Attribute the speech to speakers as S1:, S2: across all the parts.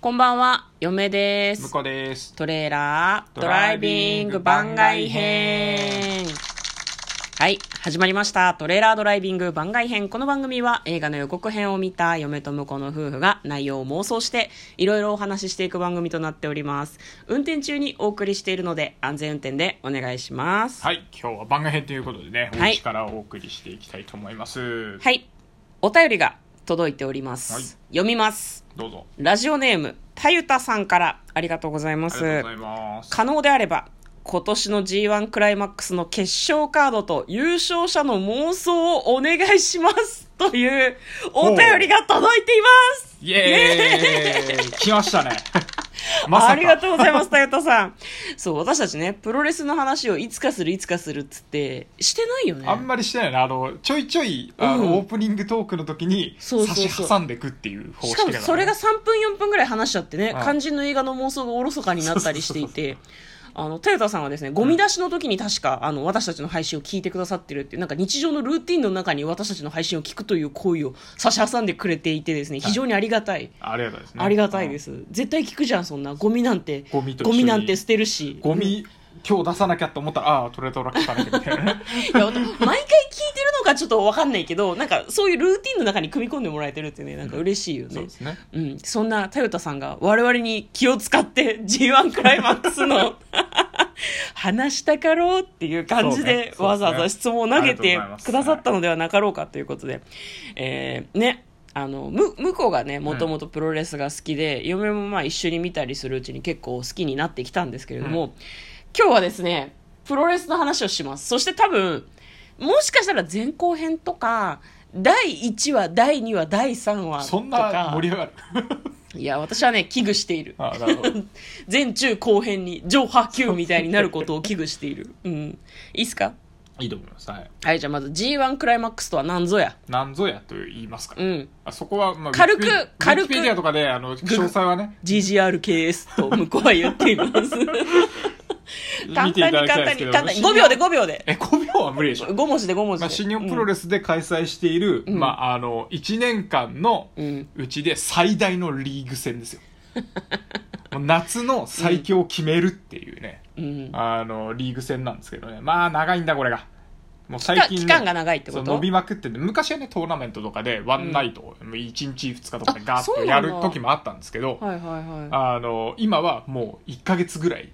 S1: こんばんは、嫁で
S2: 向
S1: す。
S2: こうです。
S1: トレーラード
S2: ド
S1: ラ
S2: ラ
S1: イ
S2: イ
S1: ビ
S2: ビ
S1: ン
S2: ン
S1: グ
S2: グ
S1: 番
S2: 番
S1: 外
S2: 外
S1: 編
S2: 編。
S1: はい、始まりました。トレーラードライビング番外編。この番組は映画の予告編を見た嫁と婿の夫婦が内容を妄想していろいろお話ししていく番組となっております。運転中にお送りしているので安全運転でお願いします。
S2: はい、今日は番外編ということでね、
S1: はい
S2: お家からお送りしていきたいと思います。
S1: はい、お便りが届いております。
S2: はい
S1: 読みます。
S2: どうぞ。
S1: ラジオネーム、たゆたさんからありがとうございま
S2: あ
S1: す。
S2: りがとうございます。
S1: 可能であれば今年の G1 クライマックスの決勝カードと優勝者の妄想をお願いしますというお便りが届いています
S2: イエーイ来 ましたね。まさか。
S1: ありがとうございます、タヨタさん。そう、私たちね、プロレスの話をいつかする、いつかするっつって、してないよね。
S2: あんまりしてないな。あの、ちょいちょい、あの、
S1: うん
S2: オープニングトークの時に、
S1: そう
S2: 差
S1: そうそう
S2: し挟んでくっていう方
S1: し
S2: 式
S1: かも
S2: だから、ね。
S1: それが3分4分ぐらい話しちゃってね、
S2: うん
S1: 肝心の映画の妄想がおろそかになったりしていて、あの、トヨタさんはですね、ゴミ出しの時に確か、あの、私たちの配信を聞いてくださってるっていう、なんか日常のルーティンの中に私たちの配信を聞くという行為を差し挟んでくれていてですね、非常にありがたい。
S2: ありがたいですね。
S1: ありがたいで
S2: うん。
S1: す、絶対聞くじゃん、そんな。ゴミなんて、
S2: ゴミと一緒に
S1: なんて捨てるし。
S2: ゴミ、今日出さなきゃと思ったら、ああー、トレトラ聞かなきゃみたい なね。
S1: いや、ほんと毎回聞いてるのかちょっとわかんないけど、なんかそういうルーティンの中に組み込んでもらえてるってね、なんか嬉しいよね。
S2: そうですね。
S1: うん、そんなトヨタさんが我々に気を使って G1 クライマックスの 話したかろうっていう感じ
S2: そうね
S1: で
S2: そうね
S1: わざわざ質問を投げ
S2: あ
S1: て
S2: りがとうございます
S1: くださったのではなかろうかということで、えーね、あの、む、向こうがね、もともとプロレスが好きで、嫁もまあ一緒に見たりするうちに結構好きになってきたんですけれども、今日はですね、プロレスの話をします。そして多分、もしかしたら前後編とか、第1話、第2話、第3話とか。
S2: そんな盛り上がる。
S1: いや、私はね、危惧している。
S2: ああ、なるほ ど。
S1: 前中後編に上波級みたいになることを危惧している。うん。いいっすか
S2: いいと思います。はい。
S1: はい、じゃあまず G1 クライマックスとは何ぞや。
S2: なんぞやと言いますか。
S1: うん。
S2: あそこは、まあ、
S1: 軽く
S2: ウィキペ
S1: 軽く
S2: ウィキペディアとかで、あの、詳細 はね、
S1: GGRKS と向こうは言ってい ます。簡
S2: 見てい
S1: 単
S2: た
S1: に簡
S2: だきたいで
S1: 単
S2: すけ
S1: に、
S2: ど。
S1: 簡単に。
S2: まあ
S1: 5秒で5秒で。
S2: え、5秒は無理でしょ。
S1: 5文字で5文字
S2: まあ、
S1: で。
S2: 新日本プロレスで開催している、まあ、あの、1年間の
S1: うん
S2: うちで最大のリーグ 戦ですよ。もう夏の最強を決めるっていうね、
S1: うん。
S2: あの、リーグ戦なんですけどね。まあ、長いんだ、これが。もう最近、ね、
S1: 期間が長いってこと
S2: そう伸びまくってて昔はね、トーナメントとかで、ワンナイト、1日2日とかでガーッ
S1: あそ
S2: と
S1: うな
S2: や
S1: んだ
S2: る時もあったんですけど、
S1: はいはいは
S2: あの今はもう1か月ぐらい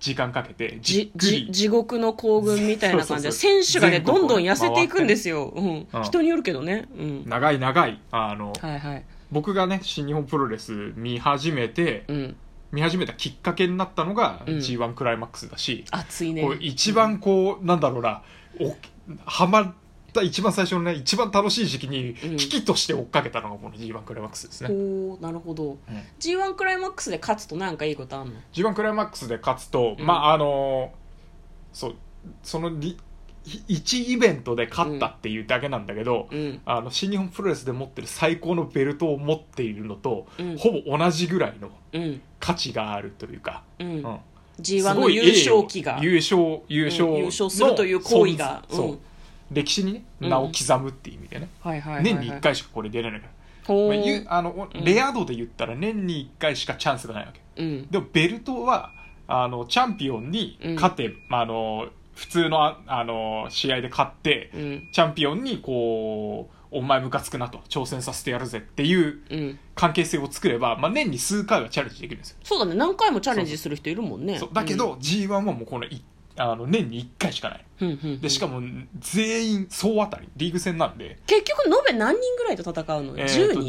S2: 時間かけ
S1: い。
S2: てじ
S1: じ
S2: っ、く
S1: じ、
S2: り
S1: 地獄の行軍みたいな感じで、
S2: そうそうそ
S1: 選
S2: う
S1: 手がね、
S2: 全
S1: ど
S2: 国
S1: ん
S2: を
S1: どん痩せていくんですよ。うん
S2: う。ん
S1: 人によるけどね。うん。
S2: 長い長いあの、
S1: はいはい。
S2: 僕がね新日本プロレス見始めて、
S1: うん。
S2: 見始めたきっかけになったのが
S1: うん
S2: g 1クライマックスだし、
S1: 熱いね。
S2: こう一番こう、なんだろうなおハマった一番最初のね一番楽しい時期に
S1: うん
S2: 危機として追っかけたのがこの g 1クライマックスですね、
S1: おーなるほど、G1 クライマックスで勝つとなんかいいことあんの
S2: g 1クライマックスで勝つと、
S1: うん
S2: まああのそうそのり1イベントで勝ったっていうだけなんだけど、
S1: うん
S2: あの新日本プロレスで持ってる最高のベルトを持っているのと、
S1: うん
S2: ほぼ同じぐらいの
S1: うん
S2: 価値があるというか、
S1: う、
S2: うんん
S1: G1 の優勝期が
S2: すごい栄誉を優勝優勝
S1: うん
S2: の、
S1: 優勝するという行為が
S2: そう
S1: うん
S2: 歴史に、ね、
S1: うん
S2: 名を刻むっていう意味でね、
S1: はいはいはい、はい、
S2: 年に1回しかこれ出れないから、
S1: ほ
S2: まあ
S1: ー
S2: ゆあの
S1: うん
S2: レア度で言ったら年に1回しかチャンスがないわけ
S1: うん
S2: でもベルトはあのチャンピオンに勝て、まあ、あの普通のああの試合で勝って、
S1: うん
S2: チャンピオンにこう、お前ムカつくなと、挑戦させてやるぜっていう
S1: うん
S2: 関係性を作れば、まあ年に数回はチャレンジできるんですよ。
S1: そうだね何回もチャレンジする人いるもんね
S2: そうだけど、G1 はもうこのい、あの、年に1回しかない。
S1: うん、うんうんうん
S2: で、しかも、全員総当たり、リーグ戦なんで、
S1: 結局延べ何人ぐらいと戦うの、
S2: えーと
S1: 10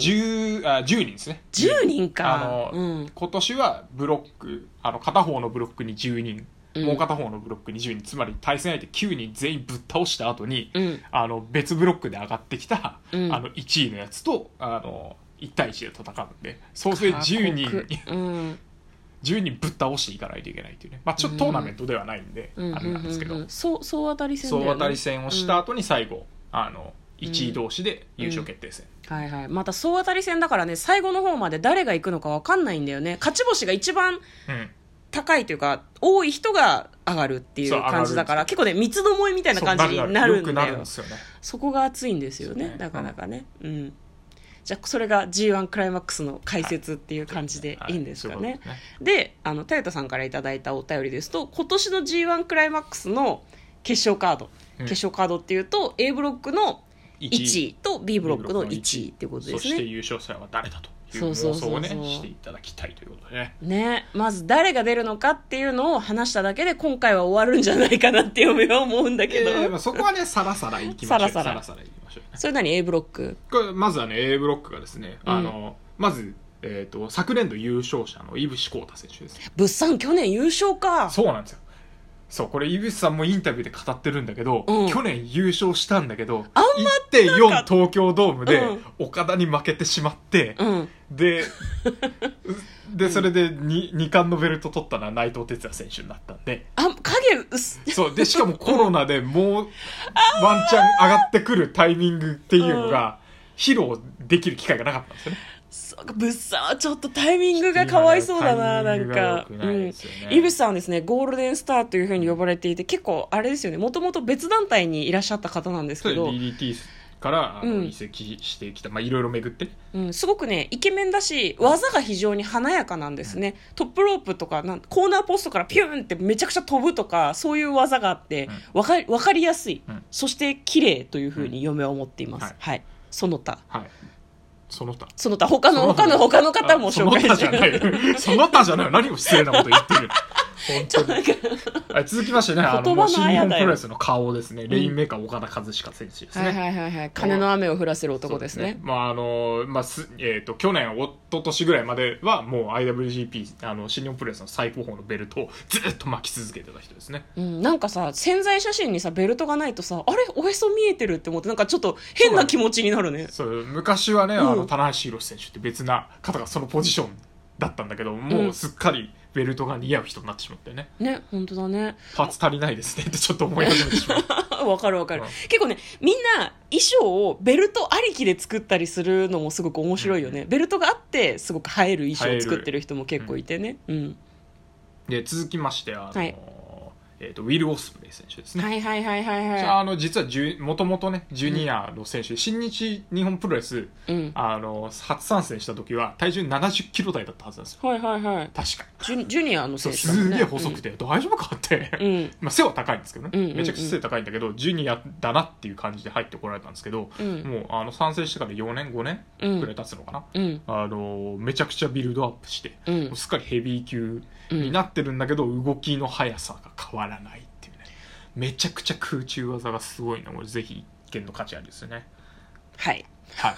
S1: 人
S2: 10, あ10人ですね。
S1: 10人か
S2: あの、
S1: うん
S2: 今年はブロック、あの、片方のブロックに10人、
S1: うん
S2: もう片方のブロックに10人、つまり対戦相手9人全員ぶっ倒した後に、
S1: うん
S2: あの別ブロックで上がってきた、
S1: うん
S2: あの1位のやつとあの1対1で戦うんでそうすると10人
S1: 過酷うん
S2: 10人ぶっ倒していかないといけないというね、まあ、ちょっとトーナメントではないんで、
S1: うん
S2: あれなんですけど、
S1: うんうんうんそう総当たり戦だ
S2: 総
S1: よね
S2: 当たり戦をした後に最後、あの1位同士で優勝決定戦、
S1: はいはい、また総当たり戦だからね最後の方まで誰が行くのか分かんないんだよね勝ち星が一番
S2: うん
S1: 高いというか多い人が上がるっていう
S2: そう上がる
S1: 感じだから結構ね三つどもえみたいな
S2: そう
S1: 感じになる
S2: よく
S1: ん
S2: な
S1: だ
S2: るん
S1: よ
S2: で
S1: そ
S2: すよね
S1: こが熱いんですよね
S2: そうね
S1: なかなかねうんじゃあそれが G1 クライマックスの解説っていう感じでいいんですか
S2: はいそういう
S1: ね
S2: こと。です
S1: で、あの、トヨタさんからいただいたお便りですと、今年の G1 クライマックスの決勝カード、
S2: うん
S1: 決勝カードっていうと、A ブロックの1位と B ブロックの1位ってことで
S2: そ
S1: す
S2: して
S1: ね。
S2: 優勝者は誰だという
S1: そうそ
S2: 妄
S1: うそうそう
S2: 想をねしていただきたいということでね
S1: ね、まず誰が出るのかっていうのを話しただけで今回は終わるんじゃないかなって嫁は思うんだけど、
S2: えーまあそこはねさらさらいきましょう
S1: さらさら
S2: さらさらいきましょう
S1: それなに A ブロック
S2: これまずはね A ブロックがですね、
S1: うん
S2: あのまず、えー、と昨年度優勝者の井伏浩太選手です
S1: 物産去年優勝か
S2: そうなんですよそうこれ井伏さんもインタビューで語ってるんだけど、
S1: うん
S2: 去年優勝したんだけど
S1: あんま
S2: 1.4東京ドームで
S1: うん
S2: 岡田に負けてしまって、
S1: うん
S2: ででそれで 2, 2冠のベルト取ったのは内藤哲也選手になったんで
S1: あ影薄
S2: そうでしかもコロナでもうワンチャン上がってくるタイミングっていうのが披露できる機会がなかったんですよね
S1: そうか物産はちょっとタイミングがかわいそうだな
S2: タ
S1: な
S2: イミン
S1: ん
S2: グが良
S1: か
S2: くないですよね
S1: うん、イブさんはですねゴールデンスターというふうに呼ばれていて結構あれですよねもともと別団体にいらっしゃった方なんですけ
S2: それで
S1: ど、
S2: DDT からあの
S1: うん
S2: 移籍してきた、まあいろいろ巡ってね
S1: うん、すごくねイケメンだし技が非常に華やかなんですね、トップロープとかなんコーナーポストからピューンってめちゃくちゃ飛ぶとかそういう技があってわかわかりやすい、
S2: うん
S1: そして綺麗というふうに嫁は思っています、
S2: うんはい
S1: はいその他
S2: はいその他
S1: その他他の他の他の方も紹介
S2: あ
S1: して
S2: その 他じゃないその他じゃない 何を失礼なこと言ってる本当にはい続きましてねあの
S1: 言葉の
S2: もう新日
S1: あや
S2: 本
S1: だよ
S2: プロレスの顔ですね、レインメーカー岡田和親選手ですね、
S1: はいはいはいはい金の雨を降らせる男ですね
S2: まああのまあすえっ、と去年一昨年ぐらいまではもう IWGP あの新日本プロレスの最高峰のベルトをずっと巻き続けてた人ですね。
S1: うん、なんかさ潜在写真にさベルトがないとさあれおへそ見えてるって思ってなんかちょっと変な気持ちになるね
S2: そう昔はね、あ
S1: うん
S2: の棚橋宏選手って別な方がそのポジションだったんだけど、もううんすっかりベルトが似合う人になってしまってね、
S1: ね本当だね
S2: パーツ足りないですねってちょっと思い始めて しまう。
S1: わかるわかる、
S2: うん
S1: 結構ねみんな衣装をベルトありきで作ったりするのもすごく面白いよね、ベルトがあってすごく映える衣装を作ってる人も結構いてねうん、
S2: で続きましてあの、
S1: はい
S2: えっとウィルオスプレイ選手ですね。
S1: はいはいはいはいは
S2: あの実はもともとねジュニアの選手、新日日本プロレス
S1: いうん
S2: あの初参戦した時は体重70キロ台だったはずなんですよ
S1: はいはいはい
S2: 確か
S1: ジュジュニアの
S2: そ
S1: 選手だ
S2: う
S1: もん
S2: す
S1: ね
S2: げえ細くて、大丈夫かって、
S1: うん、うん
S2: まあ、背は高いんですけどね、
S1: うんうんうん
S2: めちゃくちゃ背高いんだけどジュニアだなっていう感じで入ってこられたんですけど、
S1: うん
S2: もうあの参戦してから4年5年
S1: うん
S2: くらい経つのかな、
S1: うん
S2: あのめちゃくちゃビルドアップして、
S1: うん
S2: もうすっかりヘビー級
S1: うん
S2: になってるんだけど、動きの速さが変わらないっていうねめちゃくちゃ空中技がすごいのこれぜひ一見の価値ありですよね
S1: はい
S2: はい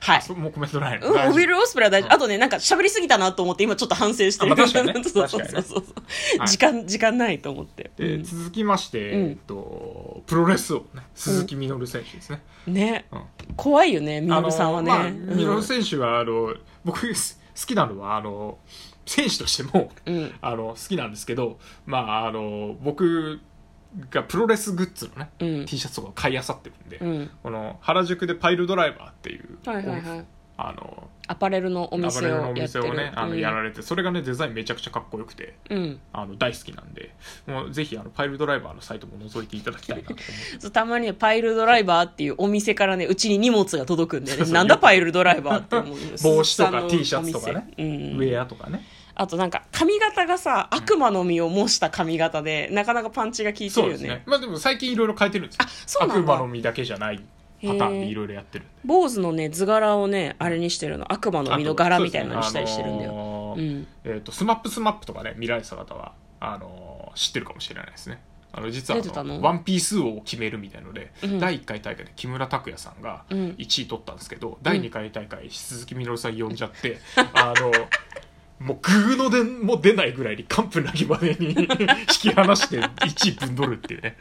S1: はい
S2: そもうコメントないの
S1: うん、ウ
S2: 大丈夫
S1: ィル・オスプレイは大事、
S2: うん
S1: あとね、なんか喋りすぎたなと思って、今ちょっと反省してる。
S2: あまあ確かに ね
S1: そうそうそうそう、
S2: はい
S1: 時間、時間ないと思って。
S2: で続きまして、
S1: うん
S2: えっと、プロレスを、ね、鈴木みのる選手ですね。
S1: うんね、
S2: うん
S1: 怖いよね、ミノルさんはね。
S2: あのまあ
S1: うん
S2: みのる選手は、あの、僕す好きなのは、あの、選手としても、
S1: うん
S2: あの、好きなんですけど、まあ、あの、僕がプロレスグッズのね、
S1: うん
S2: T シャツとかを買い漁ってるんで、
S1: うん
S2: この、原宿でパイルドライバーっていう、
S1: はいはいはい。
S2: あの、
S1: アパレルのお
S2: アパ
S1: 店
S2: レルの
S1: をや
S2: お
S1: って
S2: 店
S1: る。
S2: をね、あの、やら
S1: れ
S2: れて、それがね、デザインめちゃくちゃかっこよくて、
S1: うん、
S2: あの、大好きなんで、もうぜひ、あの、パイルドライバーのサイトも覗いていただきたいなと思って。
S1: そうたまにねパイルドライバーっていうお店からねうちに荷物が届くんで、
S2: そ
S1: ね、
S2: うそう
S1: なんだパイルドライバーって思う
S2: 帽子とか T シャツとかね
S1: お店うん
S2: ウェアとかね、
S1: あとなんか髪型がさ悪魔の実を模した髪型でなかなかパンチが効いて
S2: そう
S1: るよ
S2: です
S1: ね
S2: ねまあでも最近いろいろ変えてるんですよ
S1: あそうなんだ
S2: 悪魔の実だけじゃないパターンでいろいろやってるんで
S1: 坊主のね図柄をねあれにしてるの悪魔の実の柄みたいなのにしたりしてるんだよ、
S2: よ
S1: うん
S2: えっとスマップスマップとかね見られてた方はあのー知ってるかもしれないですねあの実は
S1: 出て
S2: あ
S1: た
S2: の
S1: の
S2: ワンピース王を決めるみたいので、
S1: うん
S2: 第1回大会で木村拓哉さんが
S1: うん
S2: 1位取ったんですけど、第2回大会鈴木みのるさん呼んじゃって、あのもうグーのでも出ないぐらいに完膚なきまでに引き離して1位ぶんどるっていうね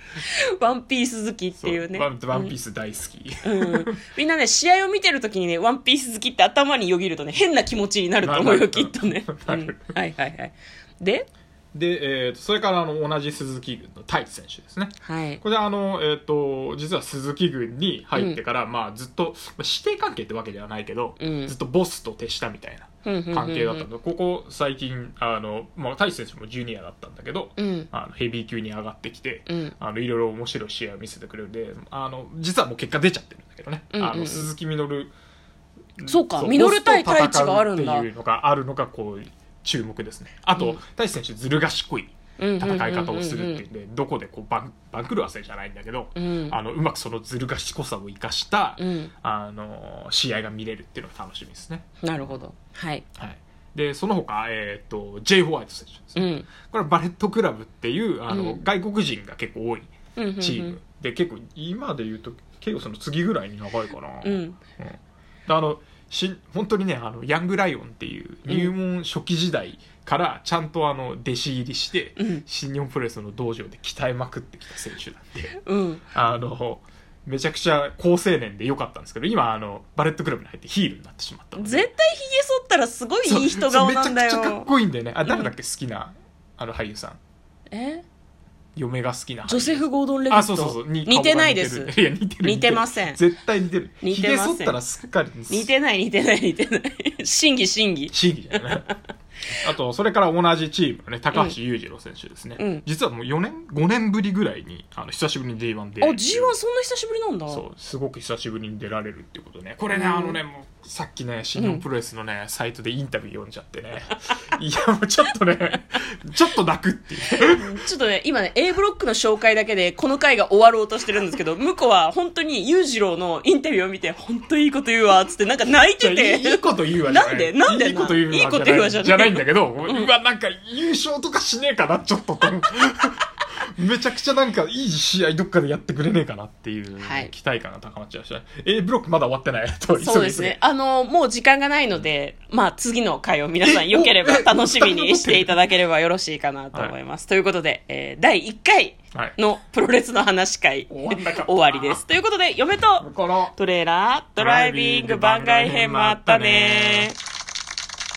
S1: ワンピース好きっていうね
S2: ワンワンピース大好き、
S1: うんみんなね試合を見てる時にねワンピース好きって頭によぎるとね変な気持ちになると思う
S2: な
S1: よ
S2: る
S1: きっとね、う
S2: なんる、
S1: はいはいはいで
S2: で、えーとそれからあの同じ鈴木軍の太一選手ですね
S1: はい
S2: これあの、えー、と実は鈴木軍に入ってから、まあ、ずっと、まあ、師弟関係ってわけではないけど、
S1: うん
S2: ずっとボスと手下みたいな関
S1: 関
S2: 係だったので、ここ最近あの、まあ、太一選手もジュニアだったんだけど、
S1: うん
S2: あのヘビー級に上がってきて、
S1: うん
S2: あのいろいろ面白い試合を見せてくれるんであの実はもう結果出ちゃってるんだけどね、
S1: うんうんうん
S2: あの鈴木みのる
S1: そうか
S2: そう
S1: ミノル対太一があるんだ
S2: オスと戦うっていうのがあるのがこう注目ですねあと、太一選手ずる賢い戦い方をするっていうんで、どこでこう番番狂わせじゃないんだけど、
S1: うん
S2: あのうまくそのずる賢さを生かした、
S1: うん
S2: あの試合が見れるっていうのが楽しみですね、
S1: なるほどはい
S2: はい、でその他、えー、と J ・ホワイト選手です
S1: う
S2: ね、
S1: ん
S2: これはバレットクラブっていうあの、
S1: うん
S2: 外国人が結構多い
S1: うんうん
S2: チーム、で結構今で言うと結構その次ぐらいに長いかな、
S1: うんう
S2: で
S1: ん
S2: あのし本当にねあのヤングライオンっていう入門初期時代からちゃんとあの弟子入りして、
S1: うん
S2: 新日本プロレスの道場で鍛えまくってきた選手なんで
S1: うん
S2: あのめちゃくちゃ好青年で良かったんですけど今あのバレットクラブに入ってヒールになってしまったので
S1: 絶対ひげ剃ったらすごいいい人顔なんだ
S2: そうそうめちゃくちゃかっ
S1: よ
S2: こいいんだよねあ誰だっけ好きなあの俳優さん
S1: え
S2: 嫁が好きな俳優
S1: ジョセフ・ゴードン・レビ
S2: あそうそうそ
S1: ッ
S2: う
S1: ト
S2: に
S1: 似てないです
S2: 顔が似てるいや似てる
S1: 似てません
S2: 絶対似てる
S1: 似
S2: ひ
S1: て
S2: げ
S1: ません
S2: 剃ったらすっかり
S1: 似てない似てない似てない 審議審議
S2: 審議だ よねあとそれから同じチームのね高橋裕次郎選手ですね、
S1: うん
S2: 実はもう4年5年ぶりぐらいにあの久しぶりに G1 で
S1: あ G1 そんな久しぶりなんだ
S2: そうすごく久しぶりに出られるっていうことねこれね、
S1: うん
S2: あのねもうさっきね新日本プロレスのね、サイトでインタビュー読んじゃってねいやもうちょっとねちょっと泣くっていう
S1: ちょっとね今ね A ブロックの紹介だけでこの回が終わろうとしてるんですけ ど向こうは本当に裕次郎のインタビューを見て本当いいこと言うわっつってなんか泣いて
S2: いや
S1: て
S2: いいこと言うわじゃ
S1: なんでなんで
S2: いいこと言うわじ
S1: い
S2: ゃ
S1: いこと言うわじゃない
S2: じゃないんだけど、うわなんか優勝とかしねえかなちょっと とめちゃくちゃなんかいい試合どっかでやってくれねえかなっていう
S1: はい
S2: 期待感が高まっちゃうし、A ブロックまだ終わってない と
S1: そうですねあのもう時間がないのでまあ次の回を皆さんよければ
S2: えおえ
S1: 楽しみにしていただければよろしいかなと思います、ということで、えー第1回
S2: はい
S1: のプロレスの話会
S2: 終わんなかった
S1: 終わりですということで嫁と
S2: この
S1: トレーラードライビング番外編もあったね